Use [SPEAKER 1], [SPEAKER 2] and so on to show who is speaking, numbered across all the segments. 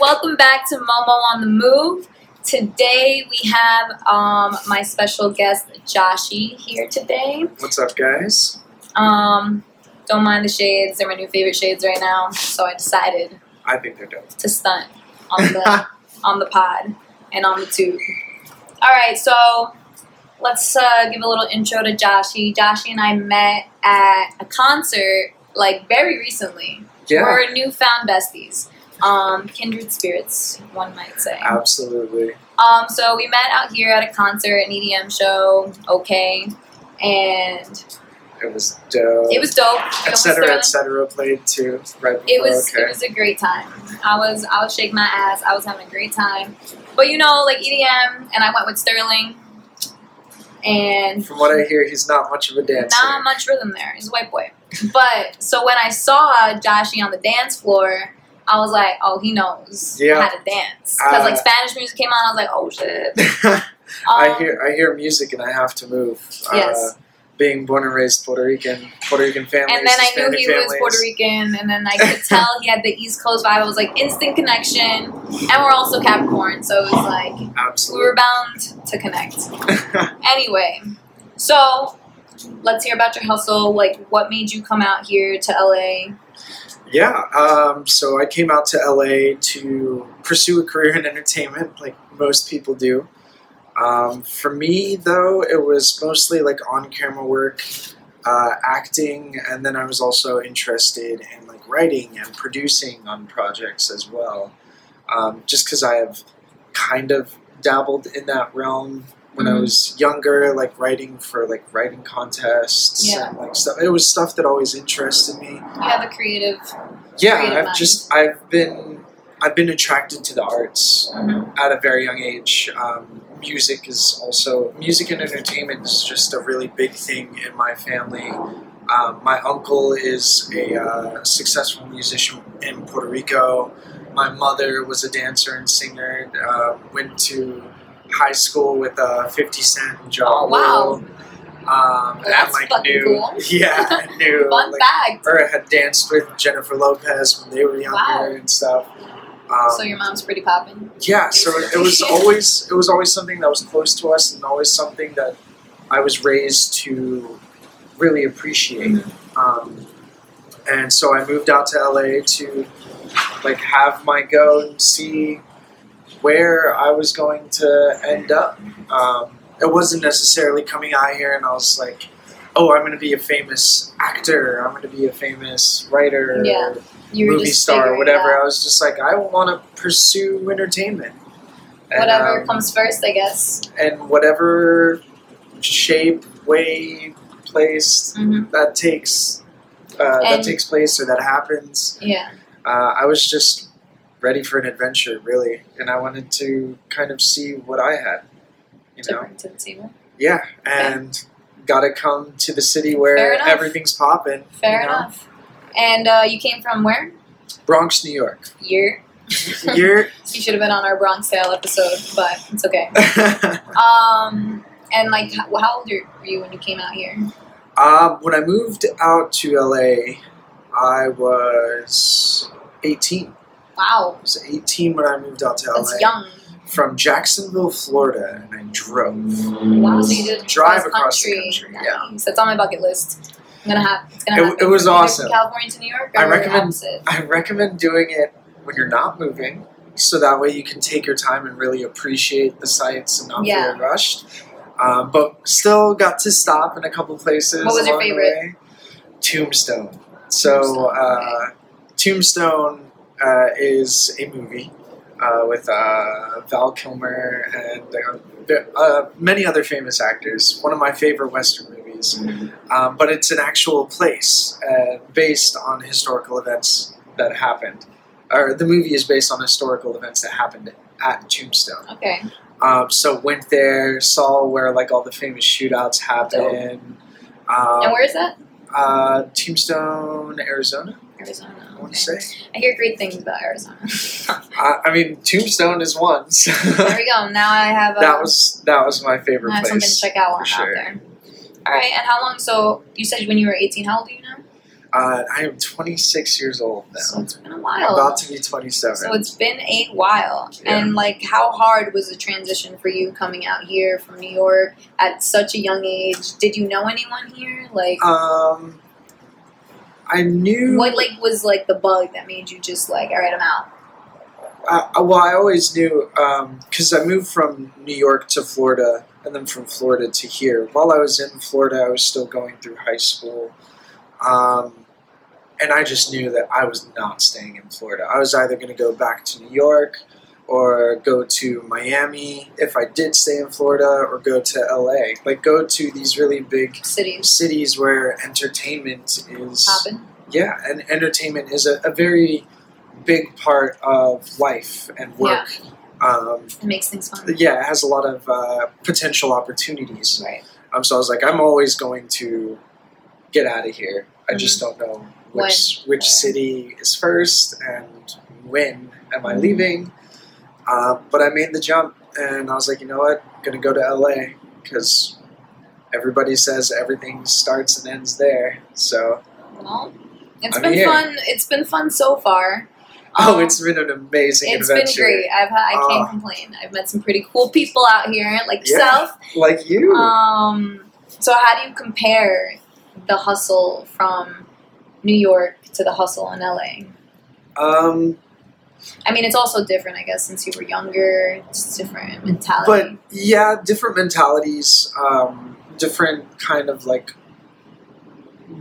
[SPEAKER 1] welcome back to Momo on the Move. Today we have um, my special guest Joshi here today.
[SPEAKER 2] What's up, guys?
[SPEAKER 1] Um, don't mind the shades; they're my new favorite shades right now. So I decided
[SPEAKER 2] I think they're dope.
[SPEAKER 1] to stunt on the on the pod and on the tube. All right, so let's uh, give a little intro to Joshi. Joshi and I met at a concert like very recently.
[SPEAKER 2] yeah,
[SPEAKER 1] We're newfound besties. Um, kindred spirits, one might say.
[SPEAKER 2] absolutely.
[SPEAKER 1] Um, so we met out here at a concert, an EDM show, okay, and
[SPEAKER 2] It was dope.
[SPEAKER 1] it was dope. It was
[SPEAKER 2] etc.
[SPEAKER 1] thrilling.
[SPEAKER 2] etc. Played too. Right before.
[SPEAKER 1] It was
[SPEAKER 2] okay.
[SPEAKER 1] it was a great time. I was I was shaking my ass. I was having a great time. But you know, like EDM, and I went with Sterling, and
[SPEAKER 2] From what I hear, he's not much of a dancer.
[SPEAKER 1] not much rhythm there. He's a white boy. But so when I saw Joshi on the dance floor, I was like, oh, he knows
[SPEAKER 2] Yeah.
[SPEAKER 1] how to dance because
[SPEAKER 2] Uh,
[SPEAKER 1] like Spanish music came on. I was like, oh shit.
[SPEAKER 2] I
[SPEAKER 1] Um,
[SPEAKER 2] hear I hear music and I have to move.
[SPEAKER 1] Yes.
[SPEAKER 2] Uh, being born and raised Puerto Rican, Puerto Rican families,
[SPEAKER 1] and then I knew
[SPEAKER 2] Hispanic
[SPEAKER 1] he
[SPEAKER 2] families.
[SPEAKER 1] was Puerto Rican, and then I could tell he had the East Coast vibe. I was like instant connection, and we're also Capricorn, so it was like we were
[SPEAKER 2] Absolutely.
[SPEAKER 1] bound to connect. Anyway, so let's hear about your hustle. Like, what made you come out here to LA?
[SPEAKER 2] Yeah, um, so I came out to LA to pursue a career in entertainment, like most people do. Um, for me, though, it was mostly like on camera work, uh, acting, and then I was also interested in like writing and producing on projects as well. Um, just because I have kind of dabbled in that realm when I
[SPEAKER 1] Mhm.
[SPEAKER 2] was younger, like writing for like writing contests
[SPEAKER 1] Yeah.
[SPEAKER 2] and like stuff. It was stuff that always interested me
[SPEAKER 1] You have a creative.
[SPEAKER 2] yeah
[SPEAKER 1] creative
[SPEAKER 2] i've
[SPEAKER 1] mind.
[SPEAKER 2] just i've been i've been attracted to the arts at a very young age um, music is also music and entertainment is just a really big thing in my family um, my uncle is a uh, successful musician in puerto rico my mother was a dancer and singer uh, went to high school with uh, 50 cent and Ja
[SPEAKER 1] Oh, wow.
[SPEAKER 2] Rule. um,
[SPEAKER 1] That's
[SPEAKER 2] and like
[SPEAKER 1] fucking
[SPEAKER 2] knew
[SPEAKER 1] cool.
[SPEAKER 2] yeah I knew
[SPEAKER 1] Fun
[SPEAKER 2] like,
[SPEAKER 1] fact.
[SPEAKER 2] or had danced with Jennifer Lopez when they were younger
[SPEAKER 1] Wow.
[SPEAKER 2] and stuff. Um,
[SPEAKER 1] So your mom's pretty poppin'.
[SPEAKER 2] yeah, so it, it was always it was always something that was close to us and always something that I was raised to really appreciate. Um, and so I moved out to LA to like have my go and see where I was going to end up. Um, it wasn't necessarily coming out here and I was like, oh, I'm going to be a famous actor. I'm going to be a famous writer.
[SPEAKER 1] Yeah. You were
[SPEAKER 2] movie
[SPEAKER 1] just
[SPEAKER 2] star or
[SPEAKER 1] figuring it
[SPEAKER 2] whatever.
[SPEAKER 1] out.
[SPEAKER 2] I was just like, I want to pursue entertainment. And,
[SPEAKER 1] Whatever
[SPEAKER 2] um,
[SPEAKER 1] comes first, I guess.
[SPEAKER 2] and whatever shape, way, place
[SPEAKER 1] Mhm.
[SPEAKER 2] that takes uh, that
[SPEAKER 1] And-
[SPEAKER 2] takes place or that happens.
[SPEAKER 1] Yeah.
[SPEAKER 2] Uh, I was just ready for an adventure, really, and I wanted to kind of see what I had, you
[SPEAKER 1] To
[SPEAKER 2] know.
[SPEAKER 1] bring to the table.
[SPEAKER 2] Yeah, and got to come to the city where
[SPEAKER 1] enough.
[SPEAKER 2] everything's popping.
[SPEAKER 1] Fair
[SPEAKER 2] you know?
[SPEAKER 1] enough. And uh, you came from where?
[SPEAKER 2] Bronx, New York.
[SPEAKER 1] Year.
[SPEAKER 2] You're.
[SPEAKER 1] You should have been on our Bronx Tale episode, but it's okay. Um, and like, how, how old were you when you came out here?
[SPEAKER 2] Um, when I moved out to LA, I was 18.
[SPEAKER 1] Wow,
[SPEAKER 2] I was 18 when I moved out to LA.
[SPEAKER 1] that's young.
[SPEAKER 2] From Jacksonville, Florida, and I drove.
[SPEAKER 1] Wow, so you did
[SPEAKER 2] Drive across the country, yeah.
[SPEAKER 1] Nice. that's on my bucket list. I'm gonna have. It's gonna
[SPEAKER 2] It-
[SPEAKER 1] happen.
[SPEAKER 2] it was
[SPEAKER 1] Either from
[SPEAKER 2] awesome.
[SPEAKER 1] California to New York. Or
[SPEAKER 2] I recommend-
[SPEAKER 1] opposite.
[SPEAKER 2] I recommend doing it when you're not moving, so that way you can take your time and really appreciate the sights and not
[SPEAKER 1] Yeah.
[SPEAKER 2] feel rushed. Um, but still got to stop in a couple places.
[SPEAKER 1] What was your
[SPEAKER 2] along the
[SPEAKER 1] favorite?
[SPEAKER 2] way. Tombstone. So,
[SPEAKER 1] Tombstone,
[SPEAKER 2] Uh, Tombstone uh, is a movie uh, with uh, Val Kilmer and uh, there- uh, many other famous actors. One of my favorite Western movies um, but it's an actual place uh, based on historical events that happened. Or the movie is based on historical events that happened at Tombstone.
[SPEAKER 1] Okay.
[SPEAKER 2] Um, so went there, saw where like all the famous shootouts happened. Um,
[SPEAKER 1] and where is that?
[SPEAKER 2] uh, Tombstone, Arizona.
[SPEAKER 1] Arizona.
[SPEAKER 2] I want
[SPEAKER 1] Okay.
[SPEAKER 2] to say.
[SPEAKER 1] I
[SPEAKER 2] Uh,
[SPEAKER 1] hear great things about Arizona.
[SPEAKER 2] I, I mean, Tombstone is one. So
[SPEAKER 1] there we go. Now I have. Uh,
[SPEAKER 2] that was that was my favorite
[SPEAKER 1] I have something to
[SPEAKER 2] place.
[SPEAKER 1] check out while I'm
[SPEAKER 2] for
[SPEAKER 1] out
[SPEAKER 2] sure.
[SPEAKER 1] there. All right, and how long? So you said when you were 18, how old are you now?
[SPEAKER 2] Uh, I am 26 years old now.
[SPEAKER 1] So it's been a
[SPEAKER 2] I'm
[SPEAKER 1] while.
[SPEAKER 2] about to be 27.
[SPEAKER 1] So it's been a while.
[SPEAKER 2] Yeah.
[SPEAKER 1] And like how hard was the transition for you coming out here from New York at such a young age? Did you know anyone here? Like
[SPEAKER 2] um, I knew.
[SPEAKER 1] what like was like the bug that made you just like, all right, I'm out.
[SPEAKER 2] I, I- well, I always knew because I moved from New York to Florida and then from Florida to here. While I was in Florida, I was still going through high school. Um, and I just knew that I was not staying in Florida. I was either going to go back to New York or go to Miami if I did stay in Florida or go to LA. Like, go to these really big
[SPEAKER 1] Cities
[SPEAKER 2] cities where entertainment is
[SPEAKER 1] happen.
[SPEAKER 2] yeah and entertainment is a, a very big part of life and work um,
[SPEAKER 1] It makes things fun.
[SPEAKER 2] yeah it has a lot of uh, potential opportunities
[SPEAKER 1] Right.
[SPEAKER 2] um, so i was like i'm always going to get out of here i just don't know which which
[SPEAKER 1] Yeah.
[SPEAKER 2] city is first and when am i leaving uh, but i made the jump and i was like you know what i'm going to go to la because everybody says everything starts and ends there so
[SPEAKER 1] Well, it's
[SPEAKER 2] I'm
[SPEAKER 1] been
[SPEAKER 2] here.
[SPEAKER 1] fun. It's been fun so far.
[SPEAKER 2] Oh,
[SPEAKER 1] Um,
[SPEAKER 2] it's been an amazing
[SPEAKER 1] it's been
[SPEAKER 2] adventure.
[SPEAKER 1] great. I've had, I can't
[SPEAKER 2] Ah.
[SPEAKER 1] complain. I've met some pretty cool people out here, like
[SPEAKER 2] Yeah.
[SPEAKER 1] yourself.
[SPEAKER 2] Like you.
[SPEAKER 1] Um, so how do you compare the hustle from New York to the hustle in LA?
[SPEAKER 2] Um,
[SPEAKER 1] I mean, it's also different, I guess, since you were younger. It's different
[SPEAKER 2] but
[SPEAKER 1] mentality.
[SPEAKER 2] yeah, different mentalities, um, different kind of like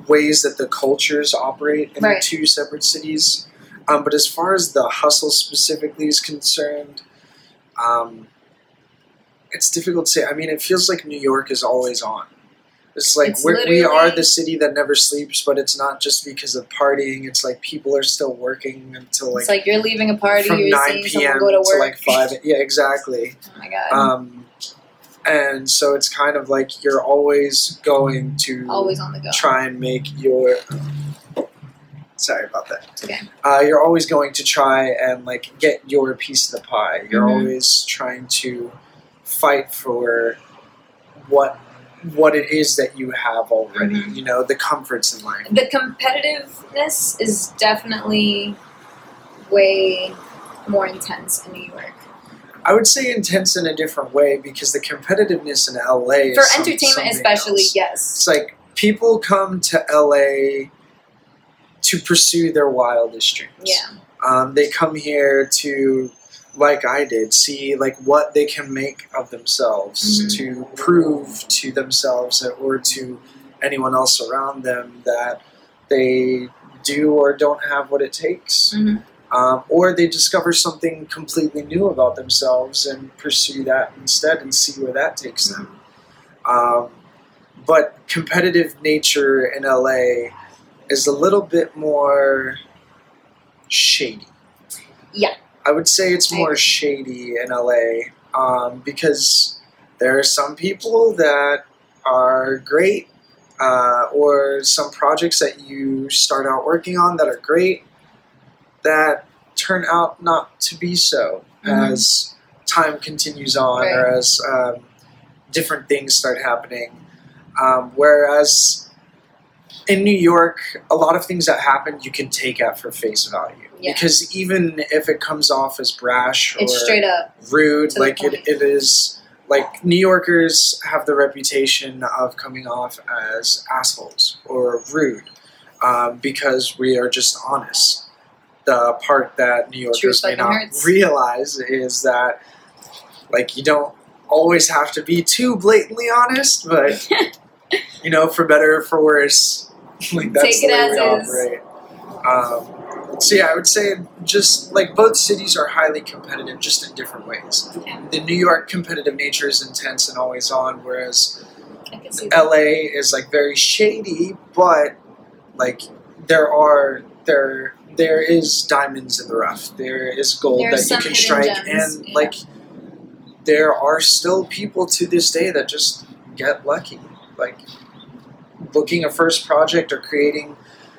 [SPEAKER 2] ways that the cultures operate in
[SPEAKER 1] Right.
[SPEAKER 2] the two separate cities. Um, but as far as the hustle specifically is concerned, um, it's difficult to say. I mean, it feels like New York is always on. It's like
[SPEAKER 1] It's
[SPEAKER 2] we're, we are
[SPEAKER 1] literally-
[SPEAKER 2] the city that never sleeps, but it's not just because of partying. It's like people are still working until like
[SPEAKER 1] it's like you're leaving a party,
[SPEAKER 2] from
[SPEAKER 1] you're
[SPEAKER 2] 9
[SPEAKER 1] seeing
[SPEAKER 2] p.m.
[SPEAKER 1] someone go to work.
[SPEAKER 2] like 5 yeah exactly
[SPEAKER 1] oh my god!
[SPEAKER 2] um, and so it's kind of like you're always going to
[SPEAKER 1] Always on the go.
[SPEAKER 2] try and make your sorry about that
[SPEAKER 1] It's okay.
[SPEAKER 2] uh, you're always going to try and like get your piece of the pie you're
[SPEAKER 1] Mhm.
[SPEAKER 2] always trying to fight for what what it is that you have already
[SPEAKER 1] Mhm.
[SPEAKER 2] you know the comforts in life
[SPEAKER 1] The competitiveness is definitely way more intense in New York
[SPEAKER 2] i would say intense in a different way because the competitiveness in la is
[SPEAKER 1] for
[SPEAKER 2] some-
[SPEAKER 1] entertainment,
[SPEAKER 2] something
[SPEAKER 1] especially.
[SPEAKER 2] else.
[SPEAKER 1] Yes,
[SPEAKER 2] It's like people come to LA to pursue their wildest dreams.
[SPEAKER 1] yeah,
[SPEAKER 2] Um, they come here to, like I did, see like what they can make of themselves,
[SPEAKER 1] Mhm.
[SPEAKER 2] to prove to themselves or to anyone else around them that they do or don't have what it takes.
[SPEAKER 1] Mhm.
[SPEAKER 2] Um, or they discover something completely new about themselves and pursue that instead and see where that takes them. Um, but competitive nature in LA is a little bit more shady.
[SPEAKER 1] Yeah.
[SPEAKER 2] I would say it's
[SPEAKER 1] I
[SPEAKER 2] more
[SPEAKER 1] agree.
[SPEAKER 2] shady in LA um, because there are some people that are great, uh, or some projects that you start out working on that are great that turn out not to be so
[SPEAKER 1] Mhm.
[SPEAKER 2] as time continues on
[SPEAKER 1] Right.
[SPEAKER 2] or as um, different things start happening. Um, whereas in New York, a lot of things that happen you can take at for face value.
[SPEAKER 1] Yeah.
[SPEAKER 2] Because even if it comes off as brash or
[SPEAKER 1] it's straight up.
[SPEAKER 2] rude,
[SPEAKER 1] to the
[SPEAKER 2] like it,
[SPEAKER 1] point.
[SPEAKER 2] it is, like New Yorkers have the reputation of coming off as assholes or rude um, because we are just honest. The part that New Yorkers may
[SPEAKER 1] fucking
[SPEAKER 2] not
[SPEAKER 1] hurts.
[SPEAKER 2] realize is that, like, you don't always have to be too blatantly honest, but you know, for better or for worse, like that's
[SPEAKER 1] Take it
[SPEAKER 2] the way
[SPEAKER 1] as
[SPEAKER 2] we
[SPEAKER 1] is.
[SPEAKER 2] operate. Um, so yeah, I would say just like both cities are highly competitive, just in different ways.
[SPEAKER 1] Yeah.
[SPEAKER 2] The New York competitive nature is intense and always on, whereas
[SPEAKER 1] I can see that.
[SPEAKER 2] LA is like very shady, but like there are there there is diamonds in the rough. There is gold
[SPEAKER 1] There are
[SPEAKER 2] that you
[SPEAKER 1] some
[SPEAKER 2] can
[SPEAKER 1] hidden
[SPEAKER 2] strike,
[SPEAKER 1] gems,
[SPEAKER 2] and
[SPEAKER 1] yeah.
[SPEAKER 2] like there are still people to this day that just get lucky, like booking a first project or creating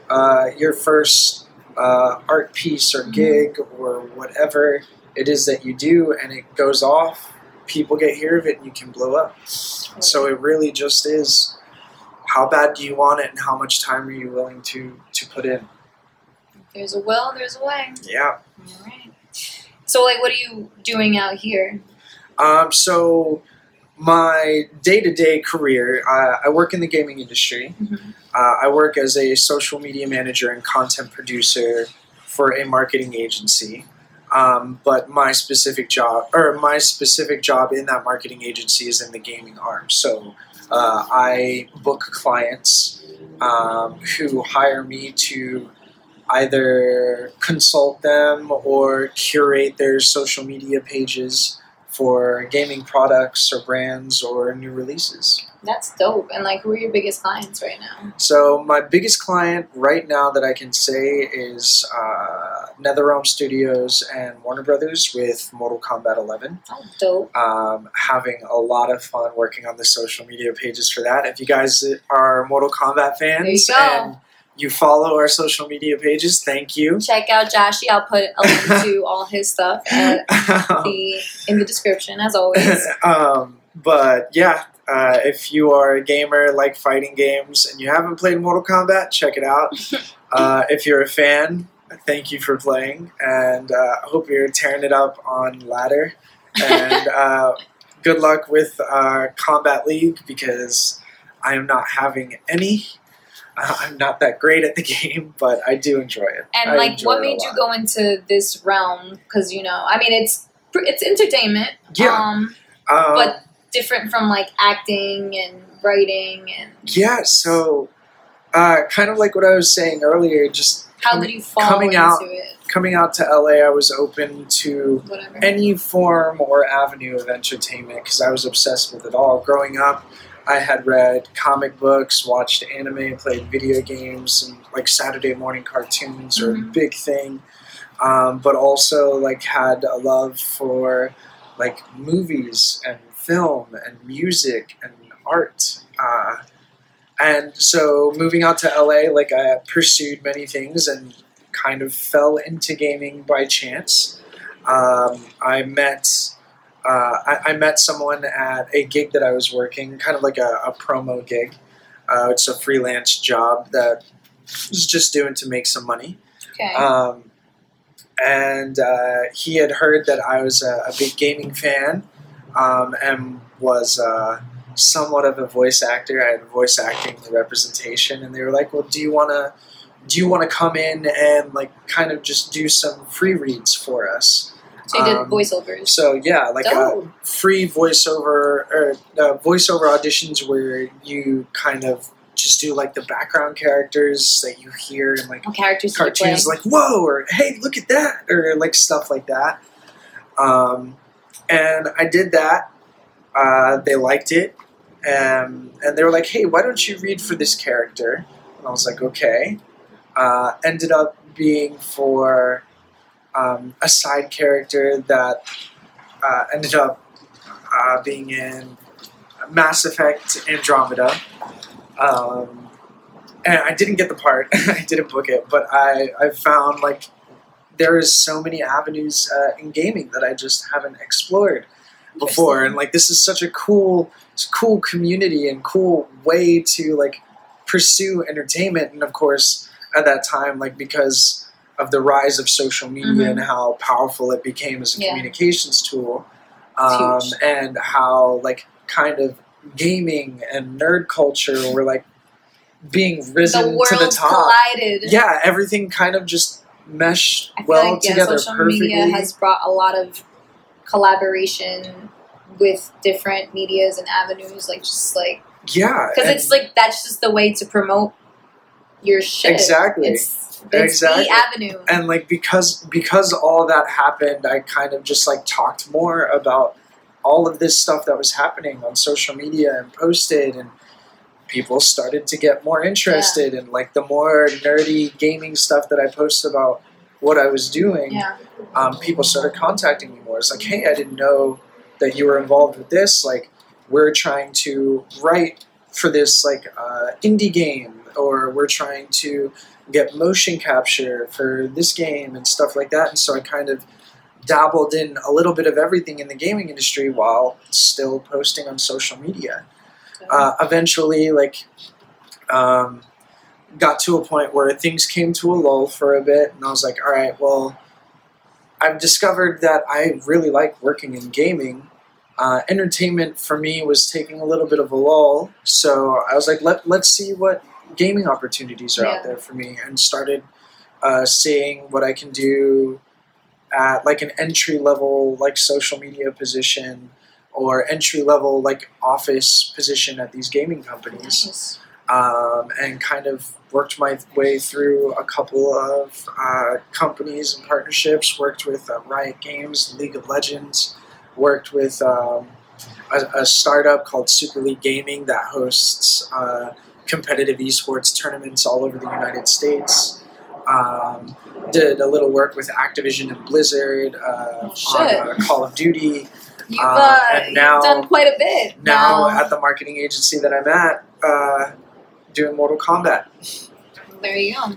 [SPEAKER 2] uh, your first uh, art piece
[SPEAKER 1] Mm-hmm.
[SPEAKER 2] or gig or whatever it is that you do, and it goes off. People get hear of it, and you can blow up. So it really just is how bad do you want it and how much time are you willing to to put in
[SPEAKER 1] If there's a will, there's a way.
[SPEAKER 2] yeah
[SPEAKER 1] All right. So, like, what are you doing out here?
[SPEAKER 2] um, so my day-to-day career uh, i work in the gaming industry
[SPEAKER 1] Mhm.
[SPEAKER 2] uh, i work as a social media manager and content producer for a marketing agency um, but my specific job or my specific job in that marketing agency is in the gaming arm so uh, i book clients um, who hire me to either consult them or curate their social media pages for gaming products or brands or new releases
[SPEAKER 1] That's dope. And like, who are your biggest clients right now?
[SPEAKER 2] so my biggest client right now that I can say is uh, NetherRealm Studios and Warner Brothers with Mortal Kombat 11.
[SPEAKER 1] Oh, dope.
[SPEAKER 2] Um, having a lot of fun working on the social media pages for that. If you guys are Mortal Kombat fans
[SPEAKER 1] There you go.
[SPEAKER 2] and you follow our social media pages, thank you.
[SPEAKER 1] Check out Joshy. I'll put a link to all his stuff at the in the description, as always.
[SPEAKER 2] um, but yeah, uh, if you are a gamer like fighting games and you haven't played Mortal Kombat, check it out. uh, if you're a fan, thank you for playing, and uh, I hope you're tearing it up on ladder. And uh, good luck with uh, Combat League because I am not having any. Uh, I'm not that great at the game, but I do enjoy it.
[SPEAKER 1] And
[SPEAKER 2] I
[SPEAKER 1] like,
[SPEAKER 2] enjoy it
[SPEAKER 1] what
[SPEAKER 2] a
[SPEAKER 1] made you
[SPEAKER 2] lot.
[SPEAKER 1] go into this realm? Because you know, I mean, it's pr- it's entertainment.
[SPEAKER 2] Yeah,
[SPEAKER 1] Um,
[SPEAKER 2] um,
[SPEAKER 1] but different from like acting and writing and
[SPEAKER 2] Yeah, so uh, kind of like what I was saying earlier, just
[SPEAKER 1] how
[SPEAKER 2] Coming-
[SPEAKER 1] did you fall
[SPEAKER 2] coming
[SPEAKER 1] into
[SPEAKER 2] out-
[SPEAKER 1] it?
[SPEAKER 2] coming out to LA, I was open to
[SPEAKER 1] Whatever.
[SPEAKER 2] any form or avenue of entertainment because I was obsessed with it all. Growing up, I had read comic books, watched anime, played video games, and like Saturday morning cartoons were a
[SPEAKER 1] Mhm.
[SPEAKER 2] big thing. Um, but also like had a love for like movies and film and music and art. Uh, and so moving out to LA, like I pursued many things and kind of fell into gaming by chance. Um, I met uh, I, I met someone at a gig that I was working, kind of like a, a promo gig. Uh, it's a freelance job that I was just doing to make some money.
[SPEAKER 1] okay.
[SPEAKER 2] Um, and uh, he had heard that I was a, a big gaming fan um, and was uh, somewhat of a voice actor. I had voice acting representation, and they were like, "Well, do you want to do you want to come in and like kind of just do some free reads for us?"
[SPEAKER 1] so you did
[SPEAKER 2] um,
[SPEAKER 1] voiceovers.
[SPEAKER 2] So yeah, like uh, a,
[SPEAKER 1] Dope.
[SPEAKER 2] free voiceover or uh, voiceover auditions where you kind of just do like the background characters that you hear and like
[SPEAKER 1] What characters did you Oh, play?
[SPEAKER 2] cartoons like whoa or hey look at that or like stuff like that um, and i did that uh, they liked it and, and they were like hey why don't you read for this character and i was like okay uh, ended up being for um, a side character that uh, ended up uh, being in mass effect andromeda um, and I didn't get the part. I didn't book it, but I I found like there is so many avenues uh, in gaming that I just haven't explored before, and like this is such a cool it's a cool community and cool way to like pursue entertainment, and of course at that time like because of the rise of social media
[SPEAKER 1] Mhm.
[SPEAKER 2] and how powerful it became as a
[SPEAKER 1] Yeah.
[SPEAKER 2] communications tool,
[SPEAKER 1] It's huge.
[SPEAKER 2] um, and how like kind of gaming and nerd culture were like being risen
[SPEAKER 1] the world
[SPEAKER 2] to the top.
[SPEAKER 1] collided.
[SPEAKER 2] Yeah, everything kind of just meshed
[SPEAKER 1] I feel
[SPEAKER 2] well
[SPEAKER 1] like yeah,
[SPEAKER 2] together
[SPEAKER 1] social
[SPEAKER 2] perfectly.
[SPEAKER 1] media has brought a lot of collaboration with different medias and avenues, like just like
[SPEAKER 2] yeah,
[SPEAKER 1] because
[SPEAKER 2] and-
[SPEAKER 1] it's like that's just the way to promote your shit.
[SPEAKER 2] exactly.
[SPEAKER 1] It's, it's
[SPEAKER 2] Exactly.
[SPEAKER 1] the avenue.
[SPEAKER 2] and like because because all that happened, I kind of just like talked more about all of this stuff that was happening on social media and posted and people started to get more interested and like the more nerdy gaming stuff that I posted about what I was doing,
[SPEAKER 1] yeah.
[SPEAKER 2] um, people started contacting me more. It's like, hey, I didn't know that you were involved with this. Like, we're trying to write for this like uh, indie game, or we're trying to get motion capture for this game and stuff like that. And so I kind of dabbled in a little bit of everything in the gaming industry while still posting on social media uh, eventually uh, like um, got to a point where things came to a lull for a bit, and I was like, all right, well, I've discovered that I really like working in gaming. Uh, entertainment for me was taking a little bit of a lull, so I was like, let let's see what gaming opportunities are
[SPEAKER 1] Yeah.
[SPEAKER 2] out there for me, and started uh, seeing what I can do at like an entry level like social media position or entry level like office position at these gaming companies
[SPEAKER 1] Nice.
[SPEAKER 2] um, and kind of worked my way through a couple of uh, companies and partnerships. Worked with uh, Riot Games, League of Legends. Worked with um, a, a startup called Super League Gaming that hosts uh, competitive esports tournaments all over the United States. Um, did a little work with Activision and Blizzard uh,
[SPEAKER 1] Shit.
[SPEAKER 2] on uh, Call of Duty
[SPEAKER 1] You've,
[SPEAKER 2] Uh,
[SPEAKER 1] uh,
[SPEAKER 2] and
[SPEAKER 1] you've
[SPEAKER 2] now-
[SPEAKER 1] done quite a bit.
[SPEAKER 2] now
[SPEAKER 1] Um,
[SPEAKER 2] at the marketing agency that I'm at, uh, doing Mortal Kombat.
[SPEAKER 1] there you go.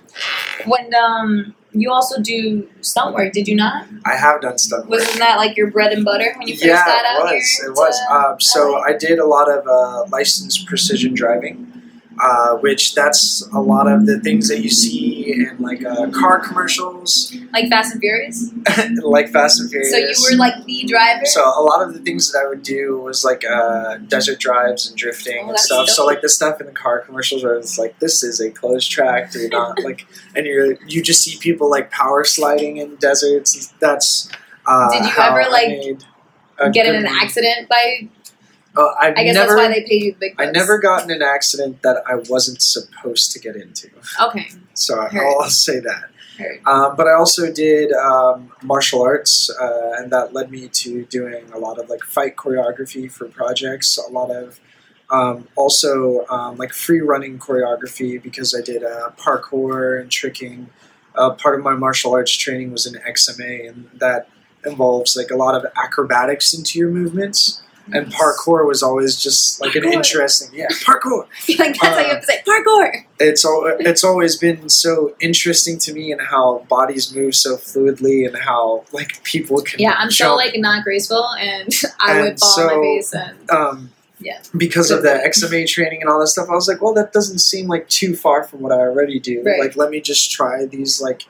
[SPEAKER 1] When um, you also do stunt work, did you not?
[SPEAKER 2] I have done stuff.
[SPEAKER 1] Wasn't that like your bread and butter when you first
[SPEAKER 2] yeah,
[SPEAKER 1] got out
[SPEAKER 2] it was.
[SPEAKER 1] here?
[SPEAKER 2] It was.
[SPEAKER 1] to-
[SPEAKER 2] Um, so
[SPEAKER 1] LA?
[SPEAKER 2] I did a lot of uh, licensed precision driving, uh, which that's a lot of the things that you see in like uh, car commercials,
[SPEAKER 1] like Fast and Furious.
[SPEAKER 2] like Fast and Furious.
[SPEAKER 1] So you were like the driver.
[SPEAKER 2] So a lot of the things that I would do was like uh, desert drives and drifting
[SPEAKER 1] Oh,
[SPEAKER 2] and
[SPEAKER 1] that's
[SPEAKER 2] stuff. So
[SPEAKER 1] dope.
[SPEAKER 2] like the stuff in the car commercials where it's like this is a closed track, do not like, and you you just see people like power sliding in deserts. That's uh,
[SPEAKER 1] Did you
[SPEAKER 2] how
[SPEAKER 1] ever,
[SPEAKER 2] I
[SPEAKER 1] like,
[SPEAKER 2] made a
[SPEAKER 1] Get in
[SPEAKER 2] good
[SPEAKER 1] an
[SPEAKER 2] living.
[SPEAKER 1] accident by.
[SPEAKER 2] Uh, I've
[SPEAKER 1] I guess
[SPEAKER 2] never,
[SPEAKER 1] that's why they pay you the big.
[SPEAKER 2] I
[SPEAKER 1] bucks.
[SPEAKER 2] never got in an accident that I wasn't supposed to get into.
[SPEAKER 1] Okay.
[SPEAKER 2] So I-
[SPEAKER 1] Heard.
[SPEAKER 2] I'll say that.
[SPEAKER 1] Heard.
[SPEAKER 2] Um, but I also did um, martial arts, uh, and that led me to doing a lot of like fight choreography for projects, a lot of um, also um, like free running choreography because I did uh, parkour and tricking. Uh, part of my martial arts training was in XMA, and that involves like a lot of acrobatics into your movements. And parkour was always just like an
[SPEAKER 1] Parkour.
[SPEAKER 2] interesting, yeah, parkour
[SPEAKER 1] like that's
[SPEAKER 2] Uh,
[SPEAKER 1] how you have to say parkour.
[SPEAKER 2] it's all, it's always been so interesting to me and how bodies move so fluidly and how like people can
[SPEAKER 1] Yeah, I'm so
[SPEAKER 2] jump.
[SPEAKER 1] like not graceful, and I
[SPEAKER 2] And
[SPEAKER 1] would fall on
[SPEAKER 2] so-
[SPEAKER 1] my face and
[SPEAKER 2] um
[SPEAKER 1] Yeah.
[SPEAKER 2] because of the XMA training and all that stuff I was like well that doesn't seem like too far from what I already do
[SPEAKER 1] Right.
[SPEAKER 2] like let me just try these like